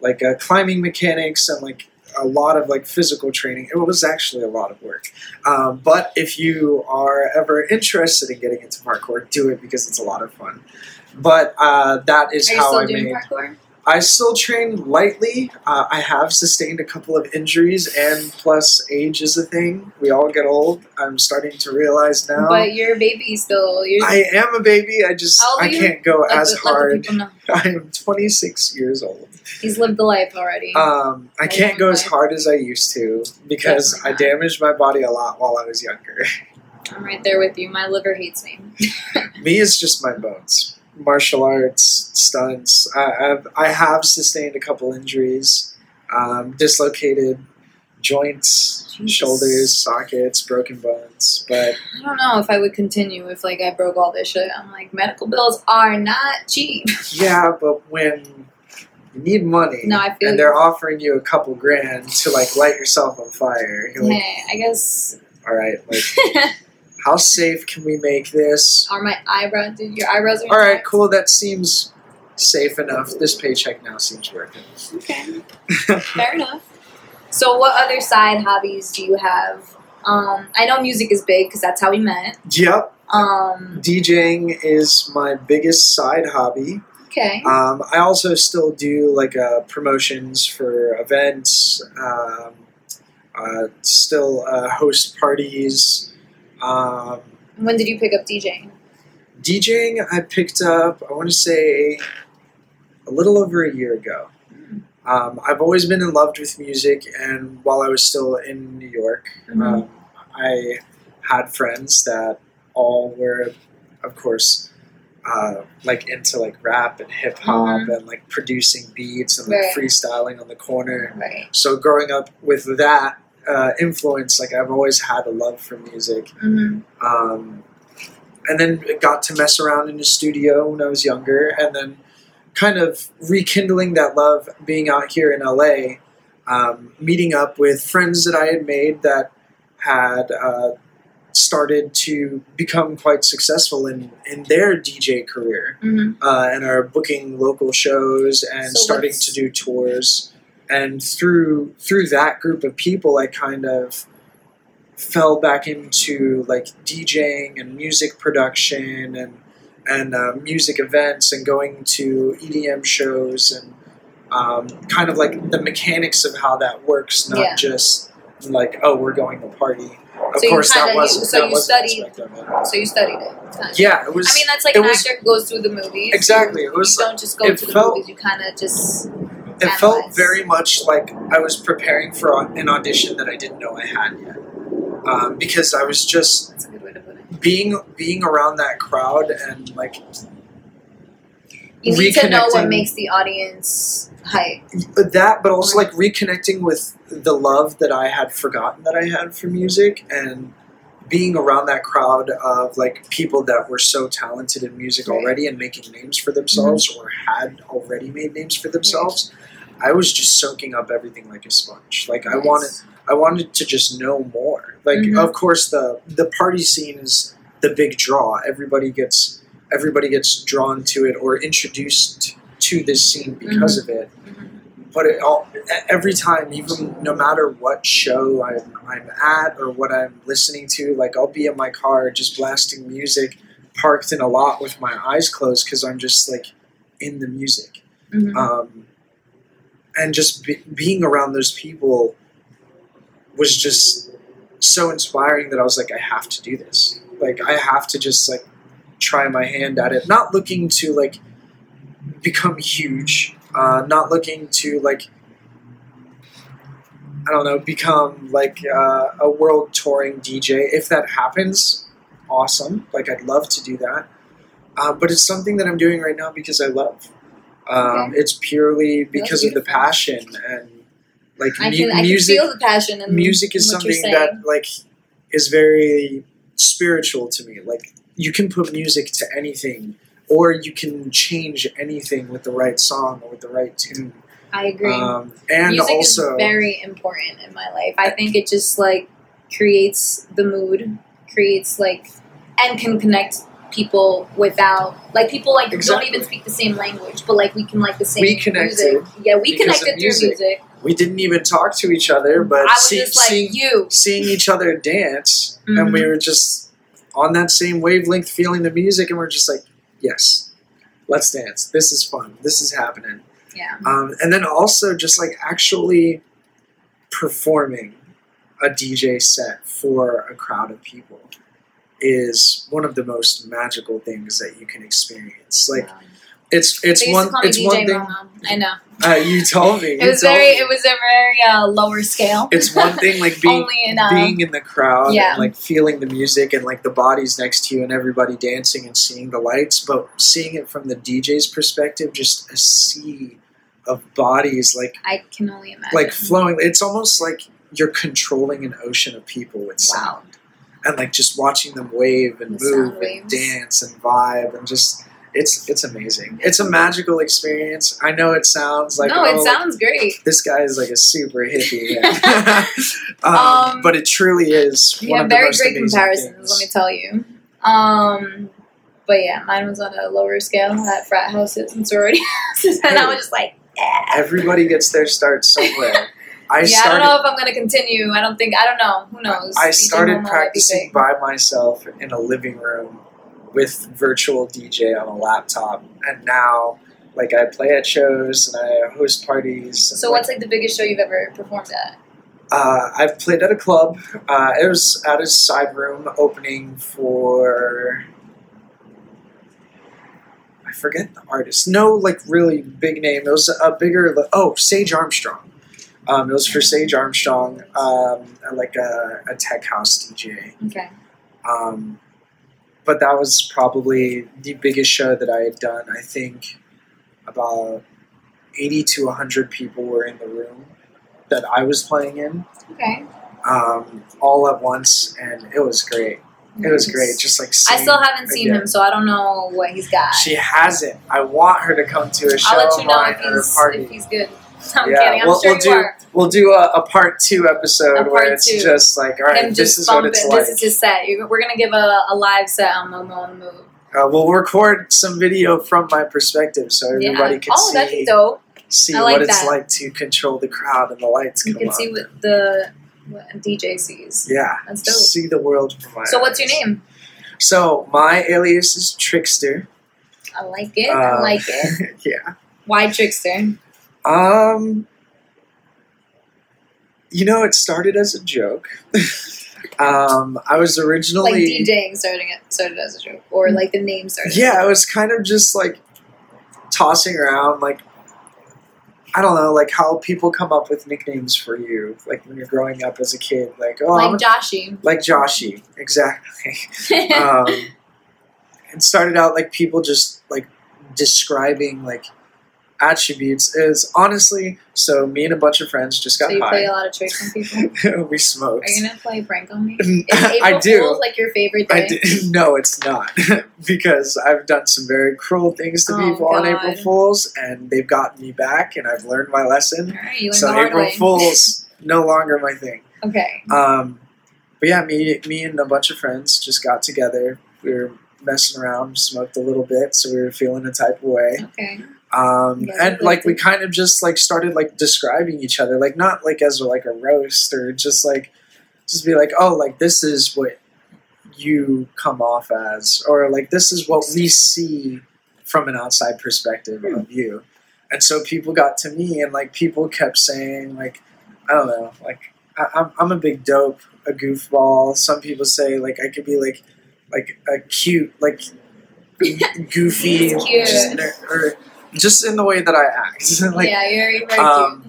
[SPEAKER 2] like uh, climbing mechanics and like a lot of like physical training it was actually a lot of work um, but if you are ever interested in getting into parkour do it because it's a lot of fun but uh, that is
[SPEAKER 1] Are you
[SPEAKER 2] how
[SPEAKER 1] still
[SPEAKER 2] I
[SPEAKER 1] doing
[SPEAKER 2] made
[SPEAKER 1] parkour?
[SPEAKER 2] I still train lightly. Uh, I have sustained a couple of injuries, and plus, age is a thing. We all get old. I'm starting to realize now.
[SPEAKER 1] But you're a baby still. You're
[SPEAKER 2] I am a baby. I just
[SPEAKER 1] How old
[SPEAKER 2] I
[SPEAKER 1] are you?
[SPEAKER 2] can't go
[SPEAKER 1] let,
[SPEAKER 2] as
[SPEAKER 1] the- let the
[SPEAKER 2] hard.
[SPEAKER 1] people know.
[SPEAKER 2] I am 26 years old.
[SPEAKER 1] He's lived the life already.
[SPEAKER 2] Um, I
[SPEAKER 1] I
[SPEAKER 2] can't
[SPEAKER 1] am
[SPEAKER 2] go as
[SPEAKER 1] like-
[SPEAKER 2] hard as I used to because I
[SPEAKER 1] Definitely
[SPEAKER 2] damaged my body a lot while I was younger.
[SPEAKER 1] I'm right there with you. My liver hates me.
[SPEAKER 2] Me is just my bones. Martial arts, stunts. I, I've, I have sustained a couple injuries, um, dislocated joints,
[SPEAKER 1] Jesus.
[SPEAKER 2] shoulders, sockets, broken bones. But
[SPEAKER 1] I don't know if I would continue if like I broke all this shit. I'm like medical bills are not cheap.
[SPEAKER 2] yeah, but when you need money
[SPEAKER 1] No, I feel
[SPEAKER 2] and they're offering you a couple grand to like light yourself on fire, you're like,
[SPEAKER 1] Hey, I guess
[SPEAKER 2] all right, like how safe can we make this?
[SPEAKER 1] are my eyebrows? Dude, your eyebrows are.
[SPEAKER 2] All right,
[SPEAKER 1] intact?
[SPEAKER 2] cool. That seems safe enough. This paycheck now seems worth
[SPEAKER 1] Okay,
[SPEAKER 2] it.
[SPEAKER 1] fair enough. So, what other side hobbies do you have? Um, I know music is big because that's how we met.
[SPEAKER 2] yep.
[SPEAKER 1] Um,
[SPEAKER 2] DJing is my biggest side hobby.
[SPEAKER 1] okay,
[SPEAKER 2] Um, I also still do like uh, promotions for events, um, uh, still uh, host parties. Um,
[SPEAKER 1] when did you pick up DJing?
[SPEAKER 2] DJing, I picked up, I want to say, a little over a year ago. Um, I've always been in love with music, and while I was still in New York,
[SPEAKER 1] Mm-hmm.
[SPEAKER 2] um, I had friends that all were, of course, uh, like into like rap and hip hop and like producing beats and like
[SPEAKER 1] Right.
[SPEAKER 2] freestyling on the corner.
[SPEAKER 1] Right.
[SPEAKER 2] So growing up with that uh, influence, like I've always had a love for music.
[SPEAKER 1] hmm
[SPEAKER 2] Um, and then got to mess around in the studio when I was younger, and then kind of rekindling that love being out here in LA, um, meeting up with friends that I had made that had uh, started to become quite successful in, in their DJ career
[SPEAKER 1] hmm
[SPEAKER 2] uh, and are booking local shows and
[SPEAKER 1] So
[SPEAKER 2] starting
[SPEAKER 1] what's-
[SPEAKER 2] to do tours. And through through that group of people, I kind of fell back into like DJing and music production and and uh, music events and going to EDM shows and um, kind of like the mechanics of how that works, not
[SPEAKER 1] Yeah.
[SPEAKER 2] just like oh we're going to party. Of
[SPEAKER 1] So you
[SPEAKER 2] course,
[SPEAKER 1] kinda-
[SPEAKER 2] that
[SPEAKER 1] you-
[SPEAKER 2] wasn't
[SPEAKER 1] so
[SPEAKER 2] that
[SPEAKER 1] you
[SPEAKER 2] was
[SPEAKER 1] studied-
[SPEAKER 2] aspect of it.
[SPEAKER 1] So you studied it. It's kinda-
[SPEAKER 2] Yeah, it was.
[SPEAKER 1] I mean, that's like
[SPEAKER 2] it
[SPEAKER 1] an
[SPEAKER 2] was-
[SPEAKER 1] actor goes through the movies.
[SPEAKER 2] Exactly, it was-
[SPEAKER 1] You don't just go
[SPEAKER 2] it
[SPEAKER 1] to the
[SPEAKER 2] felt-
[SPEAKER 1] movies. You kind of just.
[SPEAKER 2] It felt
[SPEAKER 1] analyze.
[SPEAKER 2] very much like I was preparing for au- an audition that I didn't know I had yet, um, because I was just
[SPEAKER 1] That's a good way to put it.
[SPEAKER 2] being being around that crowd and like
[SPEAKER 1] You need to know what
[SPEAKER 2] Reconnecting.
[SPEAKER 1] makes the audience hype.
[SPEAKER 2] that, but also like reconnecting with the love that I had forgotten that I had for music and being around that crowd of like people that were so talented in music
[SPEAKER 1] Right.
[SPEAKER 2] already and making names for themselves or had already made names for themselves. I was just soaking up everything like a sponge. Like I wanted I wanted to just know more. Like,
[SPEAKER 1] Mhm.
[SPEAKER 2] of course, the the party scene is the big draw. Everybody gets everybody gets drawn to it or introduced to this scene because of it. But it all, e- every time, even no matter what show I'm, I'm at or what I'm listening to, like I'll be in my car just blasting music, parked in a lot with my eyes closed because I'm just like in the music
[SPEAKER 1] Mhm.
[SPEAKER 2] um, and just be- being around those people was just so inspiring that I was like, I have to do this. Like, I have to just like try my hand at it. Not looking to like become huge. Uh, not looking to like I don't know become like uh, a world touring DJ. If that happens, awesome. Like I'd love to do that. Uh, but it's something that I'm doing right now because I love. Um, It's purely because of the
[SPEAKER 1] beautiful.
[SPEAKER 2] passion and like
[SPEAKER 1] I
[SPEAKER 2] mu-
[SPEAKER 1] can, I can
[SPEAKER 2] music
[SPEAKER 1] feel the passion. And
[SPEAKER 2] music is
[SPEAKER 1] what
[SPEAKER 2] something
[SPEAKER 1] you're
[SPEAKER 2] that
[SPEAKER 1] saying.
[SPEAKER 2] like is very spiritual to me like you can put music to anything or you can change anything with the right song or with the right tune
[SPEAKER 1] I agree.
[SPEAKER 2] um, and
[SPEAKER 1] music
[SPEAKER 2] also
[SPEAKER 1] is very important in my life. I think it just like creates the mood, creates like, and can connect people without like people like
[SPEAKER 2] Exactly.
[SPEAKER 1] don't even speak the same language, but like we can like the same.
[SPEAKER 2] We connected
[SPEAKER 1] music. Yeah, we
[SPEAKER 2] because of
[SPEAKER 1] connected through
[SPEAKER 2] music.
[SPEAKER 1] music.
[SPEAKER 2] we didn't even talk to each other
[SPEAKER 1] I
[SPEAKER 2] but
[SPEAKER 1] was
[SPEAKER 2] see,
[SPEAKER 1] just like
[SPEAKER 2] seeing
[SPEAKER 1] you. Mm-hmm.
[SPEAKER 2] seeing each other dance and we were just on that same wavelength feeling the music and we're just like yes let's dance this is fun this is happening
[SPEAKER 1] Yeah.
[SPEAKER 2] um, and then also just like actually performing a DJ set for a crowd of people is one of the most magical things that you can experience. Like
[SPEAKER 1] Wow.
[SPEAKER 2] it's
[SPEAKER 1] They
[SPEAKER 2] it's
[SPEAKER 1] used
[SPEAKER 2] one
[SPEAKER 1] to call me
[SPEAKER 2] it's
[SPEAKER 1] DJ
[SPEAKER 2] one thing
[SPEAKER 1] Mama. I know.
[SPEAKER 2] uh, you told me.
[SPEAKER 1] It
[SPEAKER 2] you
[SPEAKER 1] was
[SPEAKER 2] told
[SPEAKER 1] very
[SPEAKER 2] me.
[SPEAKER 1] it was a very uh, lower scale.
[SPEAKER 2] it's one thing like being
[SPEAKER 1] only in uh,
[SPEAKER 2] being in the crowd
[SPEAKER 1] yeah.
[SPEAKER 2] and like feeling the music and like the bodies next to you and everybody dancing and seeing the lights, but seeing it from the DJ's perspective, just a sea of bodies like
[SPEAKER 1] I can only imagine.
[SPEAKER 2] like flowing. It's almost like you're controlling an ocean of people with
[SPEAKER 1] wow.
[SPEAKER 2] sound and like just watching them wave and
[SPEAKER 1] The sound
[SPEAKER 2] move and
[SPEAKER 1] waves.
[SPEAKER 2] dance and vibe and just it's it's amazing. It's a magical experience. I know it sounds like
[SPEAKER 1] no,
[SPEAKER 2] oh,
[SPEAKER 1] it sounds great.
[SPEAKER 2] this guy is like a super hippie, man. um,
[SPEAKER 1] Um,
[SPEAKER 2] but it truly is
[SPEAKER 1] You
[SPEAKER 2] one
[SPEAKER 1] have
[SPEAKER 2] of the
[SPEAKER 1] very
[SPEAKER 2] most
[SPEAKER 1] great
[SPEAKER 2] amazing
[SPEAKER 1] comparisons,
[SPEAKER 2] things.
[SPEAKER 1] let me tell you. Um but yeah, mine was on a lower scale at frat houses and sorority houses, and I was just like, eh.
[SPEAKER 2] Everybody gets their start somewhere. I
[SPEAKER 1] yeah, I
[SPEAKER 2] started
[SPEAKER 1] don't know if I'm gonna continue. I don't think I don't know. Who knows?
[SPEAKER 2] I
[SPEAKER 1] DJ Momo
[SPEAKER 2] started
[SPEAKER 1] might be
[SPEAKER 2] practicing
[SPEAKER 1] big.
[SPEAKER 2] by myself in a living room with virtual DJ on a laptop, and now like I play at shows and I host parties. and,
[SPEAKER 1] So
[SPEAKER 2] like,
[SPEAKER 1] what's like the biggest show you've ever performed at?
[SPEAKER 2] Uh, I've played at a club. Uh, it was at a side room opening for. I forget the artist. No, like really big name. It was a bigger. Oh, Sage Armstrong. Um, it was for Sage Armstrong, um, like a, a tech house DJ.
[SPEAKER 1] Okay.
[SPEAKER 2] Um, but that was probably the biggest show that I had done. I think about 80 to 100 people were in the room that I was playing in
[SPEAKER 1] Okay.
[SPEAKER 2] um, all at once, and it was great. It was great. Just like
[SPEAKER 1] I
[SPEAKER 2] seeing
[SPEAKER 1] still haven't seen
[SPEAKER 2] again.
[SPEAKER 1] him, so I don't know what he's got.
[SPEAKER 2] She has it. I want her to come to a show
[SPEAKER 1] I'll let you know
[SPEAKER 2] of mine
[SPEAKER 1] if
[SPEAKER 2] or a
[SPEAKER 1] he's,
[SPEAKER 2] party.
[SPEAKER 1] if he's good. I'm
[SPEAKER 2] Yeah,
[SPEAKER 1] kidding. I'm
[SPEAKER 2] we'll-
[SPEAKER 1] sure
[SPEAKER 2] we'll
[SPEAKER 1] you
[SPEAKER 2] do
[SPEAKER 1] are.
[SPEAKER 2] We'll do a, a part two episode
[SPEAKER 1] A part
[SPEAKER 2] where it's
[SPEAKER 1] two.
[SPEAKER 2] just like, all right,
[SPEAKER 1] Him
[SPEAKER 2] this
[SPEAKER 1] just
[SPEAKER 2] is what
[SPEAKER 1] bump
[SPEAKER 2] it's
[SPEAKER 1] it.
[SPEAKER 2] like.
[SPEAKER 1] This is his set. You- We're gonna give a, a live set on Momo on the Move.
[SPEAKER 2] Uh, we'll record some video from my perspective so everybody
[SPEAKER 1] yeah.
[SPEAKER 2] can
[SPEAKER 1] oh, that'd
[SPEAKER 2] see
[SPEAKER 1] be dope.
[SPEAKER 2] see
[SPEAKER 1] I like
[SPEAKER 2] what it's
[SPEAKER 1] that.
[SPEAKER 2] like to control the crowd and the lights
[SPEAKER 1] You
[SPEAKER 2] come
[SPEAKER 1] can
[SPEAKER 2] on.
[SPEAKER 1] see what the what a DJ sees.
[SPEAKER 2] yeah,
[SPEAKER 1] That's dope.
[SPEAKER 2] see the world from my
[SPEAKER 1] So what's your
[SPEAKER 2] eyes.
[SPEAKER 1] name?
[SPEAKER 2] So my alias is Trickster.
[SPEAKER 1] I like it.
[SPEAKER 2] Uh,
[SPEAKER 1] I like it.
[SPEAKER 2] yeah.
[SPEAKER 1] Why trickster?
[SPEAKER 2] Um. You know, it started as a joke. um, I was originally
[SPEAKER 1] Like DJing starting it started as a joke, or like the name started.
[SPEAKER 2] Mm. yeah, it was kind of just like tossing around, like I don't know, like how people come up with nicknames for you, like when you're growing up as a kid, like oh, I'm-
[SPEAKER 1] Like Joshi.
[SPEAKER 2] like Joshy, exactly. um, it started out like people just like describing like attributes. Is honestly, so me and a bunch of friends just
[SPEAKER 1] so
[SPEAKER 2] got
[SPEAKER 1] you play
[SPEAKER 2] high.
[SPEAKER 1] a lot of tricks on people.
[SPEAKER 2] we smoked.
[SPEAKER 1] Are you gonna play prank on me? Is April
[SPEAKER 2] I do.
[SPEAKER 1] Fool's like your favorite day?
[SPEAKER 2] I did, no, it's not because I've done some very cruel things to
[SPEAKER 1] Oh,
[SPEAKER 2] people on
[SPEAKER 1] God.
[SPEAKER 2] April Fools, and they've gotten me back, and I've learned my lesson.
[SPEAKER 1] All right, you learned the
[SPEAKER 2] So
[SPEAKER 1] hard
[SPEAKER 2] April
[SPEAKER 1] way.
[SPEAKER 2] Fools no longer my thing.
[SPEAKER 1] okay.
[SPEAKER 2] Um, but yeah, me, me and a bunch of friends just got together. We were messing around, smoked a little bit, so we were feeling a type of way.
[SPEAKER 1] Okay.
[SPEAKER 2] Um,
[SPEAKER 1] Yeah,
[SPEAKER 2] and
[SPEAKER 1] we
[SPEAKER 2] like we
[SPEAKER 1] liked
[SPEAKER 2] kind of just like started like describing each other, like not like as like a roast or just like just be like, oh, like this is what you come off as, or like this is what we see from an outside perspective
[SPEAKER 1] Hmm.
[SPEAKER 2] of you. And so people got to me, and like people kept saying, like, I don't know, like I, I'm I'm a big dope, a goofball. Some people say like I could be like like a cute like goofy,
[SPEAKER 1] He's cute.
[SPEAKER 2] just ner- or just in the way that I act, like
[SPEAKER 1] yeah, you're, you're very
[SPEAKER 2] um,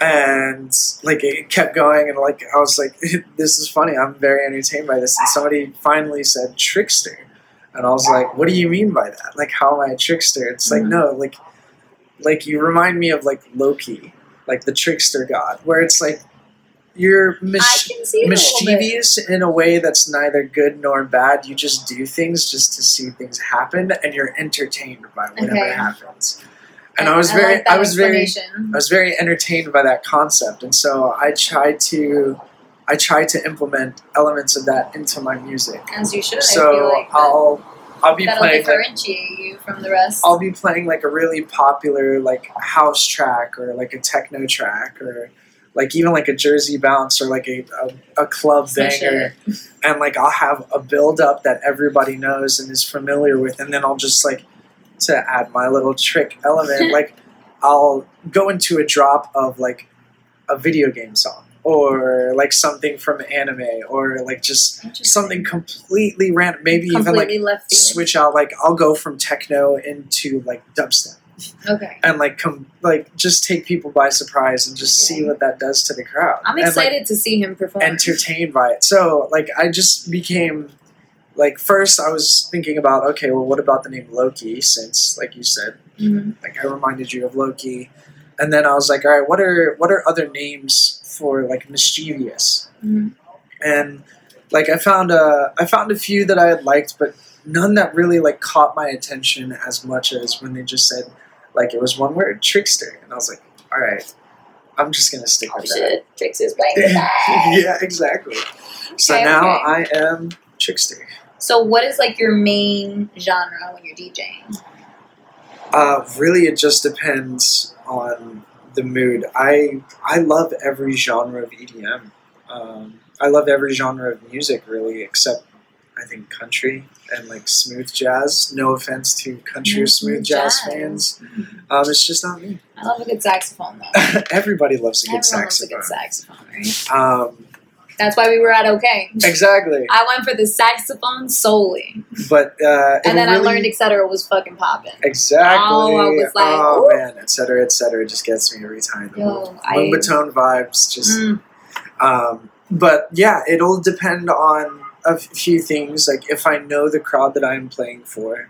[SPEAKER 2] and like it kept going and like i was like this is funny i'm very entertained by this and somebody finally said trickster and i was like what do you mean by that like how am i a trickster it's like
[SPEAKER 1] Mhm.
[SPEAKER 2] no like like you remind me of like loki like the trickster god where it's like you're
[SPEAKER 1] cute. I
[SPEAKER 2] mis-
[SPEAKER 1] can see it a little bit.
[SPEAKER 2] mischievous in a way that's neither good nor bad you just do things just to see things happen and you're entertained by whatever
[SPEAKER 1] Okay.
[SPEAKER 2] happens and i was very
[SPEAKER 1] like that
[SPEAKER 2] i was very
[SPEAKER 1] explanation.
[SPEAKER 2] I was very entertained by that concept, and so I tried to, I tried to implement elements of that into my music.
[SPEAKER 1] as you should. I feel
[SPEAKER 2] so um,
[SPEAKER 1] like that-
[SPEAKER 2] I'll, I'll be
[SPEAKER 1] that'll
[SPEAKER 2] playing, like,
[SPEAKER 1] differentiate you from the rest.
[SPEAKER 2] I'll be playing like a really popular like house track or like a techno track or like even like a Jersey bounce or like a a, a club
[SPEAKER 1] Smash
[SPEAKER 2] banger and like I'll have a build up that everybody knows and is familiar with, and then I'll just like to add my little trick element, like I'll go into a drop of like a video game song or like something from anime or like just
[SPEAKER 1] Interesting.
[SPEAKER 2] something completely random, maybe even like
[SPEAKER 1] completely left field.
[SPEAKER 2] switch out like I'll go from techno into like dubstep
[SPEAKER 1] Okay.
[SPEAKER 2] and like come like just take people by surprise and just
[SPEAKER 1] Okay.
[SPEAKER 2] see what that does to the crowd.
[SPEAKER 1] I'm
[SPEAKER 2] And, like,
[SPEAKER 1] excited to see him perform.
[SPEAKER 2] entertained by it. So like I just became like first I was thinking about okay, well what about the name Loki since like you said
[SPEAKER 1] Mhm.
[SPEAKER 2] like I reminded you of Loki and then I was like all right, what are what are other names for like mischievous?
[SPEAKER 1] Mhm.
[SPEAKER 2] And like I found a I found a few that I had liked but none that really like caught my attention as much as when they just said like it was one word trickster and I was like all right, I'm just going to stick
[SPEAKER 1] Oh
[SPEAKER 2] with that
[SPEAKER 1] shit! Tricks is playing with that.
[SPEAKER 2] yeah, exactly. So
[SPEAKER 1] Okay,
[SPEAKER 2] now
[SPEAKER 1] okay.
[SPEAKER 2] I am trickster.
[SPEAKER 1] So, what is like your main genre when you're DJing?
[SPEAKER 2] Uh, really, it just depends on the mood. I I love every genre of EDM. Um, I love every genre of music, really, except I think country and like smooth jazz. No offense to country or
[SPEAKER 1] Mm,
[SPEAKER 2] smooth
[SPEAKER 1] jazz.
[SPEAKER 2] jazz, fans, um, it's just not me.
[SPEAKER 1] I love a good saxophone though.
[SPEAKER 2] Everybody loves a
[SPEAKER 1] Everyone
[SPEAKER 2] good
[SPEAKER 1] loves a
[SPEAKER 2] saxophone.
[SPEAKER 1] good saxophone, right?
[SPEAKER 2] um,
[SPEAKER 1] That's why we were at OK.
[SPEAKER 2] exactly,
[SPEAKER 1] I went for the saxophone solely,
[SPEAKER 2] but uh, it
[SPEAKER 1] and then I
[SPEAKER 2] really-
[SPEAKER 1] learned etc. was fucking popping.
[SPEAKER 2] Exactly.
[SPEAKER 1] Oh, I was like,
[SPEAKER 2] oh
[SPEAKER 1] ooh.
[SPEAKER 2] man, et cetera, et cetera. It just gets me every time. The
[SPEAKER 1] Yo, I-
[SPEAKER 2] Lumbatone vibes, just.
[SPEAKER 1] Mm,
[SPEAKER 2] Um, but yeah, it'll depend on a f- few things. Like if I know the crowd that I'm playing for,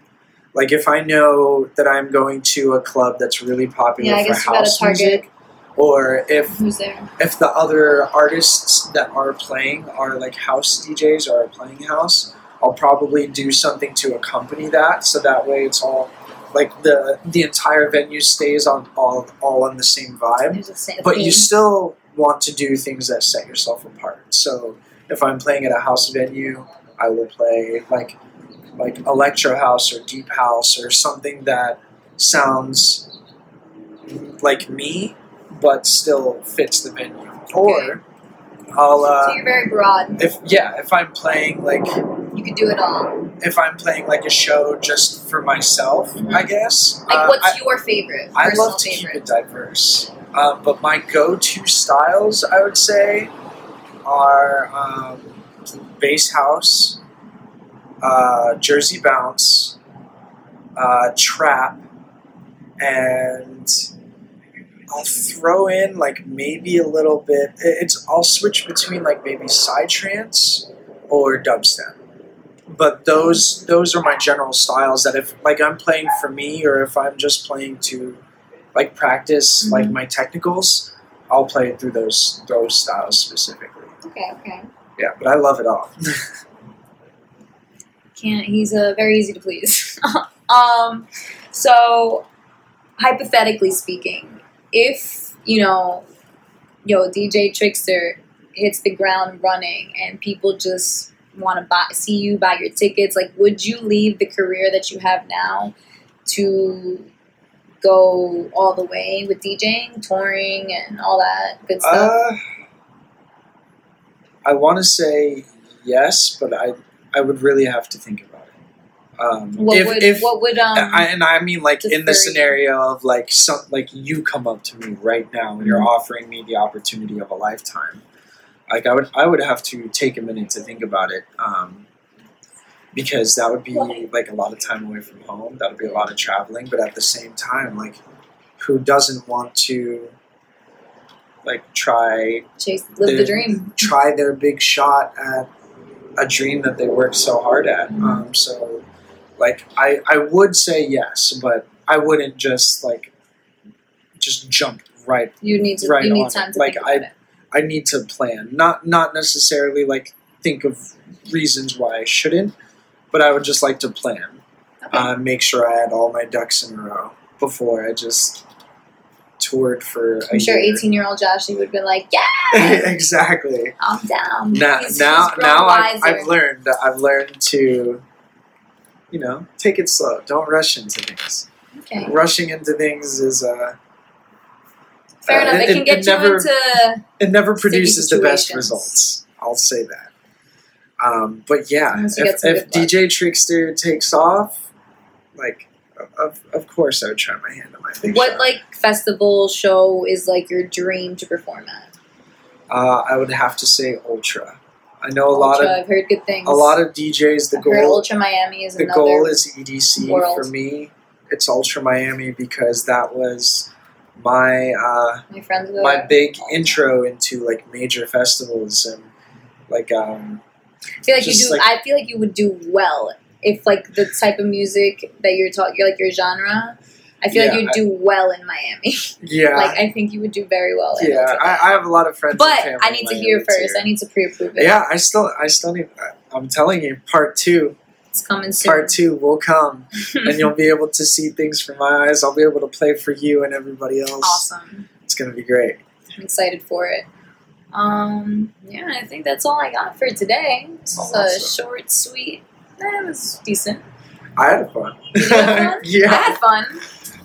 [SPEAKER 2] like if I know that I'm going to a club that's really popular
[SPEAKER 1] Yeah, I
[SPEAKER 2] for
[SPEAKER 1] guess you gotta
[SPEAKER 2] house
[SPEAKER 1] target-
[SPEAKER 2] music, or if
[SPEAKER 1] who's there?
[SPEAKER 2] if the other artists that are playing are like house DJs or are playing house, I'll probably do something to accompany that. So that way it's all Like the the entire venue stays on all all on the same vibe,
[SPEAKER 1] There's a sa-
[SPEAKER 2] but
[SPEAKER 1] theme.
[SPEAKER 2] you still want to do things that set yourself apart. So if I'm playing at a house venue, I will play like like electro house or deep house or something that sounds like me, but still fits the venue. Or I'll
[SPEAKER 1] so
[SPEAKER 2] uh,
[SPEAKER 1] you're very broad.
[SPEAKER 2] if yeah if I'm playing like
[SPEAKER 1] You could do it all.
[SPEAKER 2] if I'm playing like a show just for myself,
[SPEAKER 1] Mhm.
[SPEAKER 2] I guess.
[SPEAKER 1] Like,
[SPEAKER 2] uh,
[SPEAKER 1] what's
[SPEAKER 2] I,
[SPEAKER 1] your favorite?
[SPEAKER 2] I
[SPEAKER 1] personal
[SPEAKER 2] love to
[SPEAKER 1] favorite?
[SPEAKER 2] keep it diverse, um, but my go-to styles, I would say, are um, bass house, uh, Jersey bounce, uh, trap, and I'll throw in like maybe a little bit. it- It's I'll switch between like maybe psytrance or dubstep. But those those are my general styles. That if like I'm playing for me, or if I'm just playing to like practice
[SPEAKER 1] Mhm.
[SPEAKER 2] like my technicals, I'll play through those those styles specifically.
[SPEAKER 1] Okay, okay.
[SPEAKER 2] Yeah, but I love it all.
[SPEAKER 1] Can't. He's uh, very easy to please. um, so hypothetically speaking, if you know, yo DJ Trickster hits the ground running, and people just want to buy, see you, buy your tickets. Like, would you leave the career that you have now to? Go all the way with DJing, touring, and all that good stuff.
[SPEAKER 2] Uh, I want to say yes, but I I would really have to think about it. Um,
[SPEAKER 1] what
[SPEAKER 2] if,
[SPEAKER 1] would
[SPEAKER 2] if
[SPEAKER 1] what would um?
[SPEAKER 2] I, and I mean, like
[SPEAKER 1] Just
[SPEAKER 2] in the
[SPEAKER 1] very-
[SPEAKER 2] scenario of like some, like you come up to me right now and
[SPEAKER 1] Mm-hmm.
[SPEAKER 2] you're offering me the opportunity of a lifetime. Like I would, I would have to take a minute to think about it, um, because that would be
[SPEAKER 1] Why?
[SPEAKER 2] like a lot of time away from home. That would be a lot of traveling, but at the same time, like who doesn't want to like try
[SPEAKER 1] chase, live the
[SPEAKER 2] the-
[SPEAKER 1] dream.
[SPEAKER 2] try their big shot at a dream that they worked so hard at. Um, so, like, I, I would say yes, but I wouldn't just like just jump right.
[SPEAKER 1] You need to.
[SPEAKER 2] Right
[SPEAKER 1] you need
[SPEAKER 2] on.
[SPEAKER 1] time to
[SPEAKER 2] Like,
[SPEAKER 1] think
[SPEAKER 2] I-
[SPEAKER 1] about it.
[SPEAKER 2] I need to plan, not not necessarily like think of reasons why I shouldn't, but I would just like to plan,
[SPEAKER 1] Okay.
[SPEAKER 2] uh, make sure I had all my ducks in a row before I just toured for. a
[SPEAKER 1] I'm sure
[SPEAKER 2] year.
[SPEAKER 1] 18 year old Joshie would have been like, yeah,
[SPEAKER 2] exactly.
[SPEAKER 1] I'm down.
[SPEAKER 2] now,
[SPEAKER 1] He's-
[SPEAKER 2] now,
[SPEAKER 1] he's grown
[SPEAKER 2] now I've,
[SPEAKER 1] wiser.
[SPEAKER 2] I've learned that I've learned to, you know, take it slow. Don't rush into things.
[SPEAKER 1] Okay.
[SPEAKER 2] Rushing into things is uh,
[SPEAKER 1] Fair
[SPEAKER 2] uh,
[SPEAKER 1] enough. It,
[SPEAKER 2] it-
[SPEAKER 1] can get
[SPEAKER 2] it
[SPEAKER 1] you
[SPEAKER 2] never-
[SPEAKER 1] into.
[SPEAKER 2] it never
[SPEAKER 1] Sticky
[SPEAKER 2] produces the best
[SPEAKER 1] situations.
[SPEAKER 2] results. I'll say that. Um, but yeah,
[SPEAKER 1] Unless you get
[SPEAKER 2] if,
[SPEAKER 1] some
[SPEAKER 2] if
[SPEAKER 1] good luck.
[SPEAKER 2] DJ Trickster takes off, like, of, of course I would try my hand on my big
[SPEAKER 1] What
[SPEAKER 2] shot.
[SPEAKER 1] like festival show is like your dream to perform at?
[SPEAKER 2] Uh, I would have to say Ultra. I know a lot
[SPEAKER 1] Ultra,
[SPEAKER 2] of
[SPEAKER 1] I've heard good things.
[SPEAKER 2] a lot of DJs. The
[SPEAKER 1] I've heard
[SPEAKER 2] goal
[SPEAKER 1] Ultra Miami is
[SPEAKER 2] the
[SPEAKER 1] another.
[SPEAKER 2] goal is EDC
[SPEAKER 1] world.
[SPEAKER 2] for me. It's Ultra Miami because that was my uh,
[SPEAKER 1] my friends go.
[SPEAKER 2] my
[SPEAKER 1] there.
[SPEAKER 2] big intro into like major festivals and like um,
[SPEAKER 1] I feel like you
[SPEAKER 2] just,
[SPEAKER 1] do.
[SPEAKER 2] like-
[SPEAKER 1] I feel like you would do well if like the type of music that you're taught, you're like your genre. I feel
[SPEAKER 2] Yeah,
[SPEAKER 1] like you'd do well in Miami.
[SPEAKER 2] yeah
[SPEAKER 1] like oh, I think you would do very well. in
[SPEAKER 2] yeah.
[SPEAKER 1] Ultra
[SPEAKER 2] I, I have a lot of friends. and
[SPEAKER 1] But
[SPEAKER 2] family
[SPEAKER 1] I
[SPEAKER 2] in
[SPEAKER 1] need to
[SPEAKER 2] Miami,
[SPEAKER 1] hear first.
[SPEAKER 2] too.
[SPEAKER 1] I need to pre-approve it.
[SPEAKER 2] yeah, I still I still need. I- I'm telling you, part two,
[SPEAKER 1] It's coming soon.
[SPEAKER 2] part two will come, and you'll be able to see things from my eyes. I'll be able to play for you and everybody else.
[SPEAKER 1] awesome.
[SPEAKER 2] It's gonna be great.
[SPEAKER 1] I'm excited for it. Um, yeah, I think that's all I got for today. This is a
[SPEAKER 2] Awesome.
[SPEAKER 1] short, sweet. That was decent.
[SPEAKER 2] I had fun.
[SPEAKER 1] Did you have fun? I
[SPEAKER 2] yeah,
[SPEAKER 1] had fun.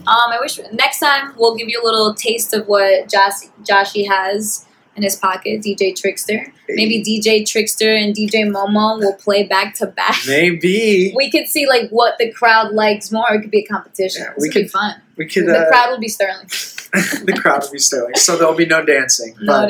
[SPEAKER 1] Um, I wish next time we'll give you a little taste of what Josh Joshy has in his pocket, DJ Trickster. Maybe DJ Trickster and DJ Momo will play back to back.
[SPEAKER 2] maybe
[SPEAKER 1] We could see like what the crowd likes more. It could be a competition.
[SPEAKER 2] Yeah,
[SPEAKER 1] This
[SPEAKER 2] we
[SPEAKER 1] would be
[SPEAKER 2] could-
[SPEAKER 1] fun.
[SPEAKER 2] we could.
[SPEAKER 1] the
[SPEAKER 2] uh,
[SPEAKER 1] crowd will be sterling.
[SPEAKER 2] the crowd will be stirring, so there'll be no dancing,
[SPEAKER 1] Not
[SPEAKER 2] but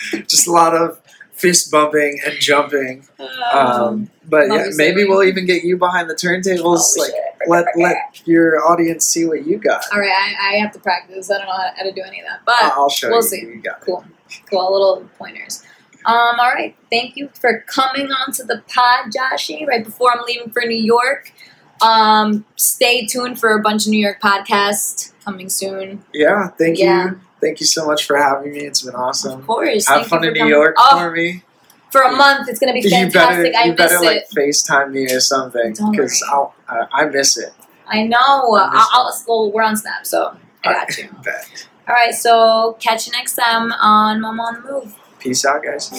[SPEAKER 1] it.
[SPEAKER 2] just a lot of fist bumping and jumping. Um, but yeah,
[SPEAKER 1] obviously.
[SPEAKER 2] maybe we'll even get you behind the
[SPEAKER 1] Oh,
[SPEAKER 2] turntables. like,
[SPEAKER 1] shit.
[SPEAKER 2] let let your audience see what you got.
[SPEAKER 1] All right, I, I have to practice. I don't know how to, how to do any of that,
[SPEAKER 2] I-
[SPEAKER 1] but
[SPEAKER 2] I'll show
[SPEAKER 1] Uh, we'll
[SPEAKER 2] you
[SPEAKER 1] see.
[SPEAKER 2] what you got.
[SPEAKER 1] cool, cool little pointers. Um, all right, thank you for coming on to the pod, Joshy. Right before I'm leaving for New York, um, stay tuned for a bunch of New York podcasts coming soon.
[SPEAKER 2] Yeah, thank
[SPEAKER 1] Yeah.
[SPEAKER 2] you, thank you so much for having me. It's been
[SPEAKER 1] Of
[SPEAKER 2] awesome.
[SPEAKER 1] course,
[SPEAKER 2] Have
[SPEAKER 1] thank
[SPEAKER 2] fun
[SPEAKER 1] you for
[SPEAKER 2] in New
[SPEAKER 1] coming.
[SPEAKER 2] York
[SPEAKER 1] Oh,
[SPEAKER 2] for me.
[SPEAKER 1] for a month, it's gonna be
[SPEAKER 2] You better,
[SPEAKER 1] fantastic.
[SPEAKER 2] you
[SPEAKER 1] I miss
[SPEAKER 2] better
[SPEAKER 1] it.
[SPEAKER 2] like FaceTime me or something
[SPEAKER 1] Don't
[SPEAKER 2] because
[SPEAKER 1] worry.
[SPEAKER 2] I'll I I miss it.
[SPEAKER 1] I know.
[SPEAKER 2] I miss
[SPEAKER 1] I'll, I'll, well, we're on Snap, so I got you.
[SPEAKER 2] Bet.
[SPEAKER 1] All right, so catch you next time on Mama on the Move.
[SPEAKER 2] Peace out, guys.